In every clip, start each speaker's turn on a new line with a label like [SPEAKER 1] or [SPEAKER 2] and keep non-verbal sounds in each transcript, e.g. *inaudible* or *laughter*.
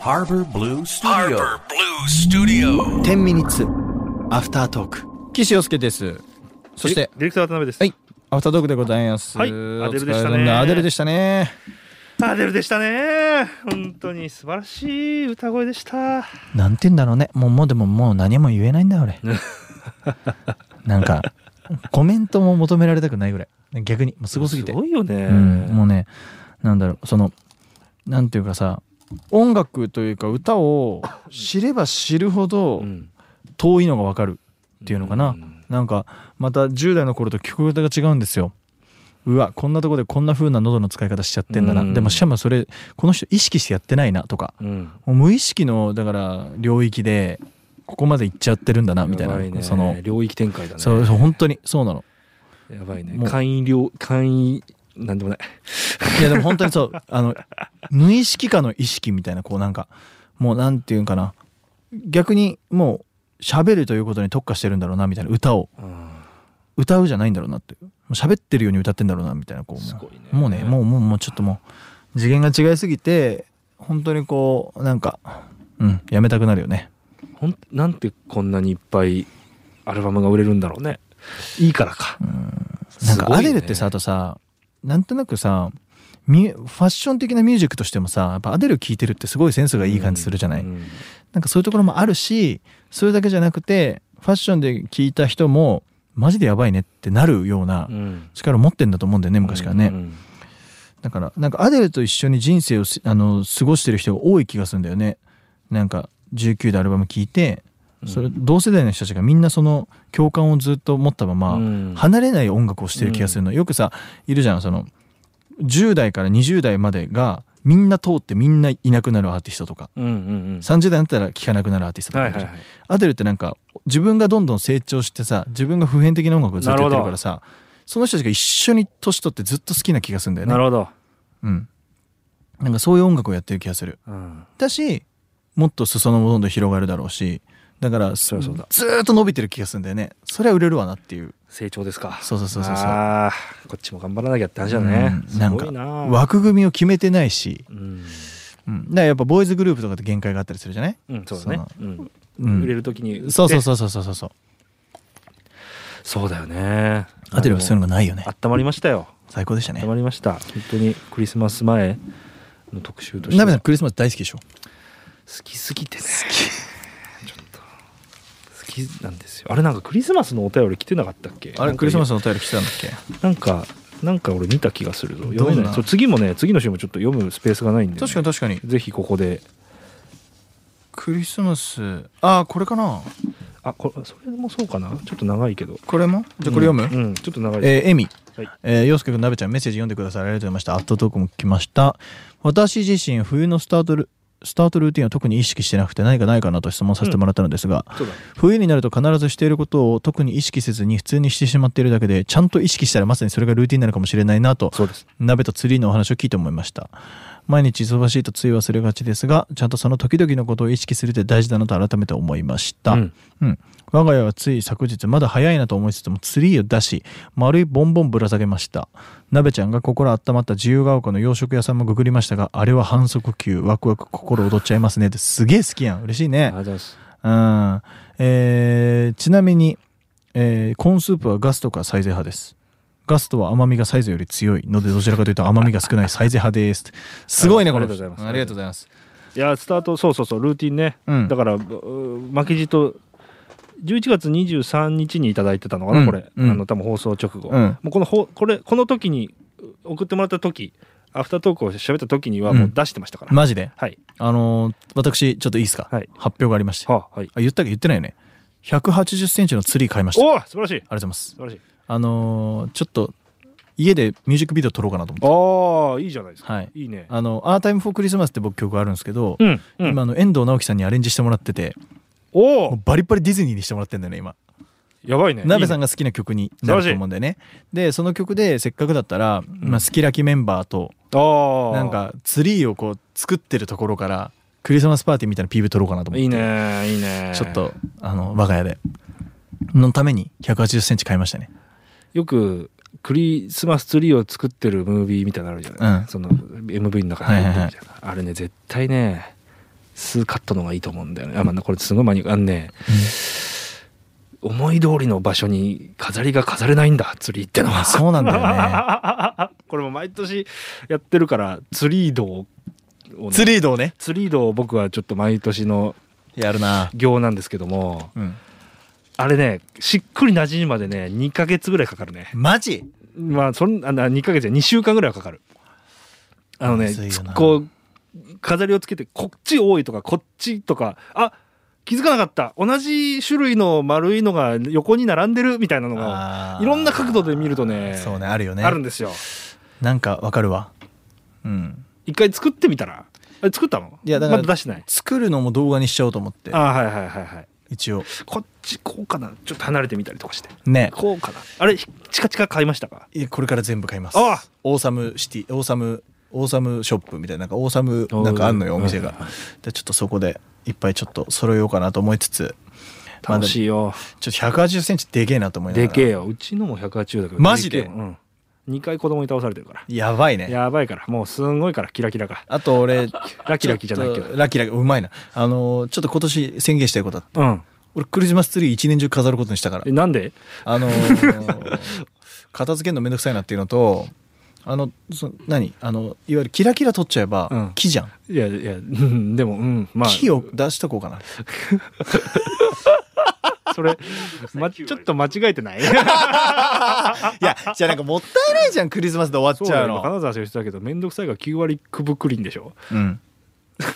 [SPEAKER 1] Harbor Blue Studio.
[SPEAKER 2] Harbor Blue Studio.
[SPEAKER 3] 10ミニッツアフタートーク
[SPEAKER 4] 岸洋介ですそして
[SPEAKER 5] ディレクター渡辺です。
[SPEAKER 4] はいアフタートークでございます
[SPEAKER 5] はい
[SPEAKER 4] お
[SPEAKER 5] アデルでしたね
[SPEAKER 4] 疲れ様アデルでしたね
[SPEAKER 5] アデルでしたね。本当に素晴らしい歌声でした。
[SPEAKER 4] なんて言うんだろうねもうもうでももう何も言えないん *laughs* だ俺なんかコメントも求められたくないぐらい逆にもうすごすぎて
[SPEAKER 5] すごいよね。
[SPEAKER 4] うん、もうねなんだろうそのなんていうかさ音楽というか歌を知れば知るほど
[SPEAKER 5] ん
[SPEAKER 4] 遠いのがわかるっていうのかな、なんかまた10代の頃と聞こえ方が違うんですようわこんなとこでこんな風な喉の使い方しちゃってんだな、
[SPEAKER 5] うん
[SPEAKER 4] でもしかもそれこの人意識してやってないなとか
[SPEAKER 5] うん。
[SPEAKER 4] もう無意識のだから領域でここまで行っちゃってるんだなみたいな
[SPEAKER 5] やばね
[SPEAKER 4] その
[SPEAKER 5] 領域展開だね。
[SPEAKER 4] そうそう本当にそうなの
[SPEAKER 5] やばいね
[SPEAKER 4] も。う
[SPEAKER 5] 会員領会員なんでもない。
[SPEAKER 4] いやでも本当にそうあの無意識化の意識みたいなこうなんかもうなんていうんかな逆にもう喋るということに特化してるんだろうなみたいな歌を歌うじゃないんだろうなってもう喋ってるように歌ってんだろうなみたいなこうもう
[SPEAKER 5] すごいね
[SPEAKER 4] もうねもうもうもうちょっともう次元が違いすぎて本当にこうなんかうんやめたくなるよね
[SPEAKER 5] ほんなんてこんなにいっぱいアルバムが売れるんだろうね。いいからか。
[SPEAKER 4] なん
[SPEAKER 5] す
[SPEAKER 4] か
[SPEAKER 5] ごいね
[SPEAKER 4] アデルってさあとさなんとなくさミュファッション的なミュージックとしてもさやっぱアデル聴いてるってすごいセンスがいい感じするじゃない、
[SPEAKER 5] うん
[SPEAKER 4] なんかそういうところもあるしそれだけじゃなくてファッションで聞いた人もマジでやばいねってなるような
[SPEAKER 5] うん
[SPEAKER 4] 力を持ってんだと思うんだよね昔からね、
[SPEAKER 5] うん
[SPEAKER 4] だからなんかアデルと一緒に人生をしあの過ごしてる人が多い気がするんだよねなんか19でアルバム聞いてそれ同世代の人たちがみんなその共感をずっと持ったまま、
[SPEAKER 5] うん
[SPEAKER 4] 離れない音楽をしてる気がするの、よくさいるじゃんその10代から20代までがみんな通ってみんないなくなるアーティストとか
[SPEAKER 5] うんうん
[SPEAKER 4] 30代になったら聴かなくなるアーティスト
[SPEAKER 5] うん。
[SPEAKER 4] と
[SPEAKER 5] はいい
[SPEAKER 4] かるじ
[SPEAKER 5] は
[SPEAKER 4] ゃ
[SPEAKER 5] い
[SPEAKER 4] ん
[SPEAKER 5] はい。
[SPEAKER 4] アデルってなんか自分がどんどん成長してさ自分が普遍的な音楽をずっとやってるからさその人たちが一緒に年取ってずっと好きな気がするんだよね
[SPEAKER 5] なるほど。
[SPEAKER 4] うん、なんかそういう音楽をやってる気がする
[SPEAKER 5] うん。
[SPEAKER 4] だしもっと裾野もどんどん広がるだろうしだから
[SPEAKER 5] そりゃそうだ
[SPEAKER 4] ずーっと伸びてる気がするんだよねそれは売れるわなっていう
[SPEAKER 5] 成長ですか。
[SPEAKER 4] そうそうそうそうそう
[SPEAKER 5] ああ、こっちも頑張らなきゃって話だね。
[SPEAKER 4] うんなん
[SPEAKER 5] す
[SPEAKER 4] か
[SPEAKER 5] ごいな。
[SPEAKER 4] 枠組みを決めてないし、
[SPEAKER 5] うん。
[SPEAKER 4] うん、だからやっぱボーイズグループとかって限界があったりするじゃない、
[SPEAKER 5] うん、そうだね。うん。
[SPEAKER 4] うん
[SPEAKER 5] 売れるときに売って
[SPEAKER 4] そうそうそうそうそうそうそう
[SPEAKER 5] そうだよね
[SPEAKER 4] アデルはそういうのがないよね
[SPEAKER 5] あったまりましたよ
[SPEAKER 4] 最高でしたね
[SPEAKER 5] 温まりました本当にクリスマス前の特集として
[SPEAKER 4] ナベさん
[SPEAKER 5] 好
[SPEAKER 4] クリスマス大好きでしょ
[SPEAKER 5] きすぎてねちょっと好きなんですよあれなんかクリスマスのお便り来てなかったっけ
[SPEAKER 4] あれクリスマ
[SPEAKER 5] ス
[SPEAKER 4] スのお便り来てたんだっけ
[SPEAKER 5] なんかなんか俺見た気がするぞ
[SPEAKER 4] んな
[SPEAKER 5] 読めないそう次もね次の週もちょっと読むスペースがないんで、
[SPEAKER 4] 確かに確かに
[SPEAKER 5] ぜひここで
[SPEAKER 4] クリスマスああこれかな
[SPEAKER 5] あこれそれもそうかなちょっと長いけど
[SPEAKER 4] これもじゃあこれ読む、
[SPEAKER 5] うん、うんちょっと長い
[SPEAKER 4] えー、エミ、
[SPEAKER 5] はい
[SPEAKER 4] えー、陽介くん、なべちゃん、メッセージ読んでください。ありがとうございました。アットトークも来ました。私自身、冬のスタートル、スタートルーティンを特に意識してなくて何かないかなと質問させてもらったのですが、
[SPEAKER 5] そうだ
[SPEAKER 4] 冬になると必ずしていることを特に意識せずに普通にしてしまっているだけで、ちゃんと意識したらまさにそれがルーティンなのかもしれないなと、
[SPEAKER 5] そうです
[SPEAKER 4] 鍋とツリーのお話を聞いて思いました毎日忙しいとつい忘れがちですがちゃんとその時々のことを意識するって大事だなと改めて思いました、
[SPEAKER 5] うん
[SPEAKER 4] うん我が家はつい昨日まだ早いなと思いつつもツリーを出し丸いボンボンぶら下げました鍋ちゃんが心温まった自由が丘の洋食屋さんもググりましたがあれは反則級ワクワク心躍っちゃいますねってすげえ好きやん嬉しいね
[SPEAKER 5] ありがとうございます
[SPEAKER 4] うんえーちなみに、えーコーンスープはガストかサイゼ派です。ガストは甘みがサイゼより強いのでどちらかというと甘みが少ないサイゼ派です。すごいねこれ。
[SPEAKER 5] ありがとうございます
[SPEAKER 4] ありがとうございます。
[SPEAKER 5] いやスタートそうそうそうルーティンね、
[SPEAKER 4] うん
[SPEAKER 5] だからうー負けじと11月23日にいただいてたのかな、
[SPEAKER 4] うん
[SPEAKER 5] これ、
[SPEAKER 4] うん
[SPEAKER 5] あの多分放送直後、
[SPEAKER 4] うん
[SPEAKER 5] もうこのほこれこの時にう送ってもらった時アフタートークを喋った時にはもう出してましたから、
[SPEAKER 4] マジで。
[SPEAKER 5] はい
[SPEAKER 4] あのー私ちょっといいですか、
[SPEAKER 5] はい
[SPEAKER 4] 発表がありまして。あ
[SPEAKER 5] はあはい
[SPEAKER 4] 言ったっけ言ってないよね。180センチのツリー買いました。あり
[SPEAKER 5] おお素晴らしい
[SPEAKER 4] がとうございます
[SPEAKER 5] 素。晴らしい
[SPEAKER 4] あのーちょっと家でミュージックビデオ撮ろうかなと思って。
[SPEAKER 5] ああいいじゃないですか、
[SPEAKER 4] はい。
[SPEAKER 5] いいね
[SPEAKER 4] あの「アータイムフォークリスマスって僕曲あるんですけど、
[SPEAKER 5] うん、うん、
[SPEAKER 4] 今あの遠藤直樹さんにアレンジしてもらってて
[SPEAKER 5] お
[SPEAKER 4] も
[SPEAKER 5] お
[SPEAKER 4] うバリバリディズニーにしてもらってんだよね今
[SPEAKER 5] やばいね
[SPEAKER 4] 鍋さん
[SPEAKER 5] い
[SPEAKER 4] が好きな曲になると思うんだよねでその曲でせっかくだったら、まあ、好きラキメンバーと
[SPEAKER 5] いねああ
[SPEAKER 4] なんかツリーをこう作ってるところからクリスマスパーティーみたいな PV 撮ろうかなと思って
[SPEAKER 5] いいねいいね
[SPEAKER 4] ちょっとあの我が家でのために1 8 0ンチ買いましたね
[SPEAKER 5] よくクリスマスツリーを作ってるムービーみたいなのあるじゃない、
[SPEAKER 4] うん
[SPEAKER 5] その MV の中に入ってるみたいな、あれね絶対ね数カットの方がいいと思うんだよねあ、まあ、これすごいマニアックあのね、思い通りの場所に飾りが飾れないんだ釣りってのは
[SPEAKER 4] そうなんだ
[SPEAKER 5] *laughs*
[SPEAKER 4] よね
[SPEAKER 5] これも毎年やってるから釣り移動をね
[SPEAKER 4] 釣り移動ね
[SPEAKER 5] 釣り移動を僕はちょっと毎年の
[SPEAKER 4] やるな
[SPEAKER 5] 行なんですけども
[SPEAKER 4] うん
[SPEAKER 5] あれねしっくり馴染むまでね2ヶ月ぐらいかかるね
[SPEAKER 4] マジ
[SPEAKER 5] まあそんあな2ヶ月や2週間ぐらいはかかるあのね
[SPEAKER 4] むずいよな
[SPEAKER 5] こう飾りをつけてこっち多いとかこっちとかあ気づかなかった同じ種類の丸いのが横に並んでるみたいなのが
[SPEAKER 4] あー
[SPEAKER 5] いろんな角度で見るとね
[SPEAKER 4] そうねあるよね
[SPEAKER 5] あるんですよ
[SPEAKER 4] なんかわかるわうん
[SPEAKER 5] 一回作ってみたらあれ作ったの
[SPEAKER 4] いやだから
[SPEAKER 5] まだ出してない
[SPEAKER 4] 作るのも動画にしちゃおうと思って
[SPEAKER 5] あーはいはいはいはい
[SPEAKER 4] 一応
[SPEAKER 5] こっちこうかなちょっと離れてみたりとかして
[SPEAKER 4] ね
[SPEAKER 5] こうかなあれひチカチカ買いましたか
[SPEAKER 4] いやこれから全部買います
[SPEAKER 5] あ
[SPEAKER 4] オーサムシティオーサムオーサムショップみたいななんかオーサムなんかあんのよ
[SPEAKER 5] お
[SPEAKER 4] お
[SPEAKER 5] ー
[SPEAKER 4] 店
[SPEAKER 5] は
[SPEAKER 4] が
[SPEAKER 5] いはいは
[SPEAKER 4] でちょっとそこでいっぱいちょっと揃えようかなと思いつつまあ
[SPEAKER 5] 楽しいよ
[SPEAKER 4] ちょっと1 8 0ンチでけえなと思いなが
[SPEAKER 5] で
[SPEAKER 4] ら
[SPEAKER 5] けえようちのも180だけど
[SPEAKER 4] マジで
[SPEAKER 5] けえようん、2回子供に倒されてるから
[SPEAKER 4] やばいね
[SPEAKER 5] やばいからもうすんごいからキラキラが
[SPEAKER 4] あと俺
[SPEAKER 5] ラキラキじゃないけど
[SPEAKER 4] ちょっとラキラキうまいなあのーちょっと今年宣言したいことあって
[SPEAKER 5] うん
[SPEAKER 4] 俺クリスマスツリー一年中飾ることにしたから
[SPEAKER 5] えなんで
[SPEAKER 4] あのー *laughs* 片付けるのめんどくさいなっていうのとあのそ何あのいわゆるキラキラ取っちゃえば、
[SPEAKER 5] うん
[SPEAKER 4] 木じゃん
[SPEAKER 5] いやいやうんでもうんまあ
[SPEAKER 4] 木を出しとこうかな
[SPEAKER 5] それ、ま、ちょっと間違えてない
[SPEAKER 4] *laughs* いやじゃあなんかもったいないじゃんクリスマスで終わ
[SPEAKER 5] そ
[SPEAKER 4] っ
[SPEAKER 5] う
[SPEAKER 4] ち
[SPEAKER 5] だよ
[SPEAKER 4] ゃう
[SPEAKER 5] 今
[SPEAKER 4] の
[SPEAKER 5] 金沢先生だけどめんどくさいが9割くぶくりんでしょ
[SPEAKER 4] うん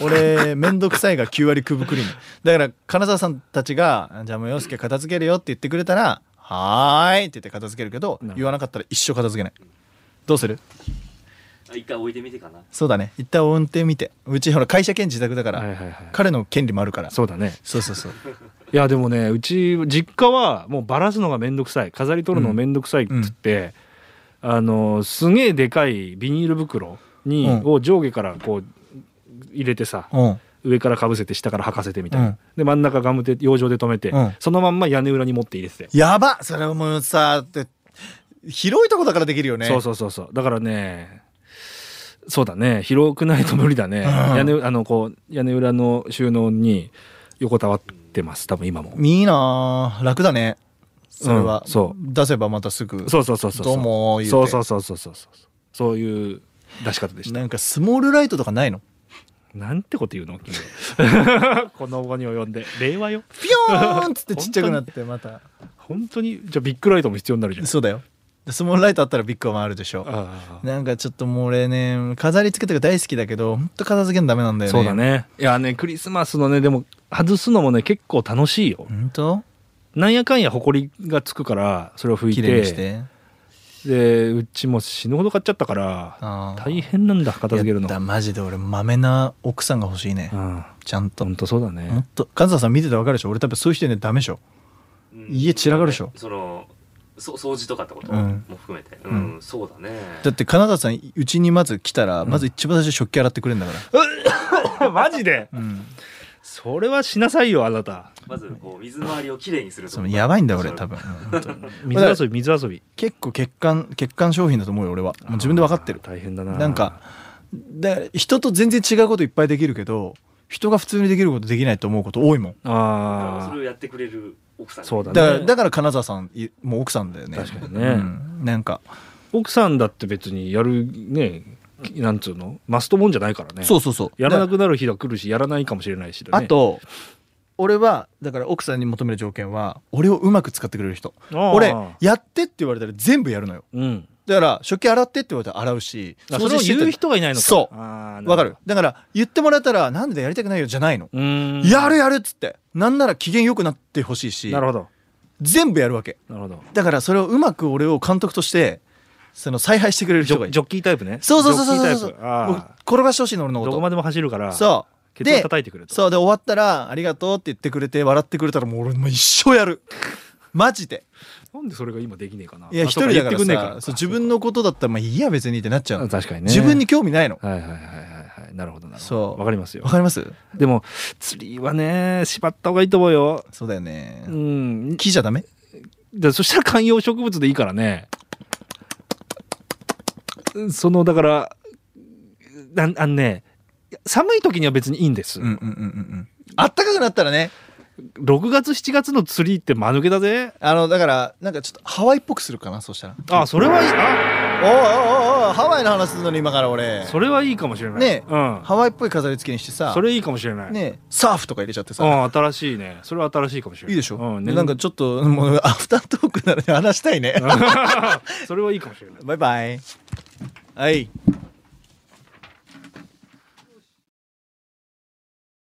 [SPEAKER 4] 俺めんどくさいが9割くぶくりんだから金沢さんたちが「じゃあもう洋介片付けるよ」って言ってくれたら「はーい」って言って片付けるけど
[SPEAKER 5] なるほど
[SPEAKER 4] 言わなかったら一生片付けないどうする
[SPEAKER 1] あ一回置いてみてかな。
[SPEAKER 4] そうだね一旦運転見てうちほら会社兼自宅だから、
[SPEAKER 5] はいはいはい
[SPEAKER 4] 彼の権利もあるから
[SPEAKER 5] そうだね
[SPEAKER 4] そうそうそう
[SPEAKER 5] いやでもねうち実家はもうバラすのがめんどくさい飾り取るのがめんどくさいっつって、あのすげえでかいビニール袋に、
[SPEAKER 4] うん
[SPEAKER 5] を上下からこう入れてさ、
[SPEAKER 4] うん
[SPEAKER 5] 上からかぶせて下から履かせてみたいな、
[SPEAKER 4] うん
[SPEAKER 5] で真ん中ガムテ養生で止めて、
[SPEAKER 4] うん
[SPEAKER 5] そのまんま屋根裏に持って入れてて、
[SPEAKER 4] やばそれはもうさって広いとこだからできるよね
[SPEAKER 5] そうそうそうそうだからねそうだね広くないと無理だね、
[SPEAKER 4] うん
[SPEAKER 5] 屋根あのこう屋根裏の収納に横たわってます多分今も。
[SPEAKER 4] いいなあ楽だねそれは、
[SPEAKER 5] うんそう
[SPEAKER 4] 出せばまたすぐ
[SPEAKER 5] そうそうそうそうそう
[SPEAKER 4] どうも言うて
[SPEAKER 5] そうそうそうそうそうそうそういう出し方でした
[SPEAKER 4] なんかスモールライトとかないの
[SPEAKER 5] なんてこと言うの
[SPEAKER 4] *laughs*
[SPEAKER 5] 君この後に及んで令和よ
[SPEAKER 4] ピヨーンっつってちっちゃくなってまた
[SPEAKER 5] 本当にじゃあビッグライトも必要になるじゃん
[SPEAKER 4] そうだよでスモールライトあったらビッグは回るでしょ
[SPEAKER 5] ああ
[SPEAKER 4] なんかちょっともう俺ね飾り付けとか大好きだけどほんと片付けんダメなんだよね
[SPEAKER 5] そうだねいやねクリスマスのねでも外すのもね結構楽しいよ
[SPEAKER 4] ほんと
[SPEAKER 5] なんやかんや埃がつくからそれを拭い
[SPEAKER 4] 綺麗
[SPEAKER 5] て
[SPEAKER 4] にして
[SPEAKER 5] でうちも死ぬほど買っちゃったから
[SPEAKER 4] あー
[SPEAKER 5] 大変なんだ片付けるの
[SPEAKER 4] いやだマジで俺マメな奥さんが欲しいね
[SPEAKER 5] うん
[SPEAKER 4] ちゃんと
[SPEAKER 5] 本当そうだ
[SPEAKER 4] も
[SPEAKER 5] ね
[SPEAKER 4] っと金沢さん見ててわかるでしょ俺多分そういう人にはダメでしょ
[SPEAKER 1] うん
[SPEAKER 4] 家散らかるでしょ
[SPEAKER 1] その、そ掃除とかってこと
[SPEAKER 4] うん
[SPEAKER 1] も含めて。うん、そうだね。
[SPEAKER 4] だって金沢さんうちにまず来たらまず一番最初食器洗ってくれるんだか
[SPEAKER 5] *laughs*
[SPEAKER 4] ら、
[SPEAKER 5] マジで
[SPEAKER 4] うん
[SPEAKER 5] それはしなさいよあなた
[SPEAKER 1] まず、こう、水回りをきれいにすると
[SPEAKER 4] そ
[SPEAKER 1] こ
[SPEAKER 4] の
[SPEAKER 1] ろ。
[SPEAKER 4] やばいんだよ俺
[SPEAKER 1] それ
[SPEAKER 4] 多分、うん本当に
[SPEAKER 5] 水遊び水遊び
[SPEAKER 4] 結構欠陥欠陥商品だと思うよ俺はもう自分で分かってる
[SPEAKER 5] あー大変だな
[SPEAKER 4] なんかだから人と全然違うこといっぱいできるけど人が普通にできることできないと思うこと多いもん
[SPEAKER 5] あ
[SPEAKER 1] それをやってくれる奥さんが
[SPEAKER 5] そうだね
[SPEAKER 4] だからだから金沢さんいもう奥さんだよね
[SPEAKER 5] 確かにね
[SPEAKER 4] うんなんか
[SPEAKER 5] ー奥さんだって別にやるねなんつうのマストもんじゃないからね
[SPEAKER 4] そうそうそう
[SPEAKER 5] やらなくなる日が来るしやらないかもしれないしだね
[SPEAKER 4] あと俺はだから奥さんに求める条件は俺をうまく使ってくれる人
[SPEAKER 5] あー
[SPEAKER 4] 俺やってって言われたら全部やるのよ
[SPEAKER 5] うん
[SPEAKER 4] だから食器洗ってって言われたら洗うし
[SPEAKER 5] あそれを
[SPEAKER 4] して
[SPEAKER 5] 言う人がいないのか
[SPEAKER 4] そう
[SPEAKER 5] あー
[SPEAKER 4] わかるだから言ってもらえたらなんでだやりたくないよじゃないの、
[SPEAKER 5] うーん
[SPEAKER 4] やるやるっつってなんなら機嫌良くなってほしいし
[SPEAKER 5] なるほど
[SPEAKER 4] 全部やるわけ
[SPEAKER 5] なるほど
[SPEAKER 4] だからそれをうまく俺を監督としてその采配してくれる
[SPEAKER 5] ジ
[SPEAKER 4] 人
[SPEAKER 5] ョ
[SPEAKER 4] がいる
[SPEAKER 5] ジョッキータイプね
[SPEAKER 4] そうそうそうそうそう
[SPEAKER 5] ジョ
[SPEAKER 4] そ
[SPEAKER 5] ッ
[SPEAKER 4] う
[SPEAKER 5] キータイプあ
[SPEAKER 4] もう転がしてほしいの俺
[SPEAKER 5] ー
[SPEAKER 4] のこ
[SPEAKER 5] ど
[SPEAKER 4] と
[SPEAKER 5] こまでも走るから
[SPEAKER 4] そ
[SPEAKER 5] ケ
[SPEAKER 4] う
[SPEAKER 5] ツを
[SPEAKER 4] で
[SPEAKER 5] 叩いてくれと
[SPEAKER 4] そうで終わったら「ありがとう」って言ってくれて笑ってくれたらもう俺もう一生やるマジで
[SPEAKER 5] なんでそれが今できねえかない
[SPEAKER 4] いや一人だからさそう自
[SPEAKER 5] 自
[SPEAKER 4] 分のことだったらまあいいや別にってなっちゃうの
[SPEAKER 5] 確かにね
[SPEAKER 4] 自分に興味ないの
[SPEAKER 5] はいはいはいはいはいなるほどなるほど
[SPEAKER 4] そう
[SPEAKER 5] わかりますよ
[SPEAKER 4] わかります
[SPEAKER 5] でも釣りはね縛った方がいいと思うよ
[SPEAKER 4] そうだよね
[SPEAKER 5] うん
[SPEAKER 4] 木じゃダメ
[SPEAKER 5] だそしたら観葉植物でいいからねそのだからなんあのね寒い時には別にいいんです、
[SPEAKER 4] うんうんうんうんうんあったかくなったらね
[SPEAKER 5] 6月7月の釣りって間抜けだぜ
[SPEAKER 4] あのだからなんかちょっとハワイっぽくするかなそしたら
[SPEAKER 5] あそれはいいあ
[SPEAKER 4] おいおいおいおいハワイの話するのに今から俺
[SPEAKER 5] それはいいかもしれない
[SPEAKER 4] ね
[SPEAKER 5] うん
[SPEAKER 4] ハワイっぽい飾り付けにしてさ
[SPEAKER 5] それいいかもしれない、
[SPEAKER 4] ねサーフとか入れちゃって
[SPEAKER 5] う
[SPEAKER 4] さ
[SPEAKER 5] ん新しいねそれは新しいかもしれない
[SPEAKER 4] いいでしょ、
[SPEAKER 5] うん、
[SPEAKER 4] でなんかちょっともうアフタ *laughs* ートークなのに話したいね
[SPEAKER 5] それはいいかもしれない
[SPEAKER 4] バイバイはい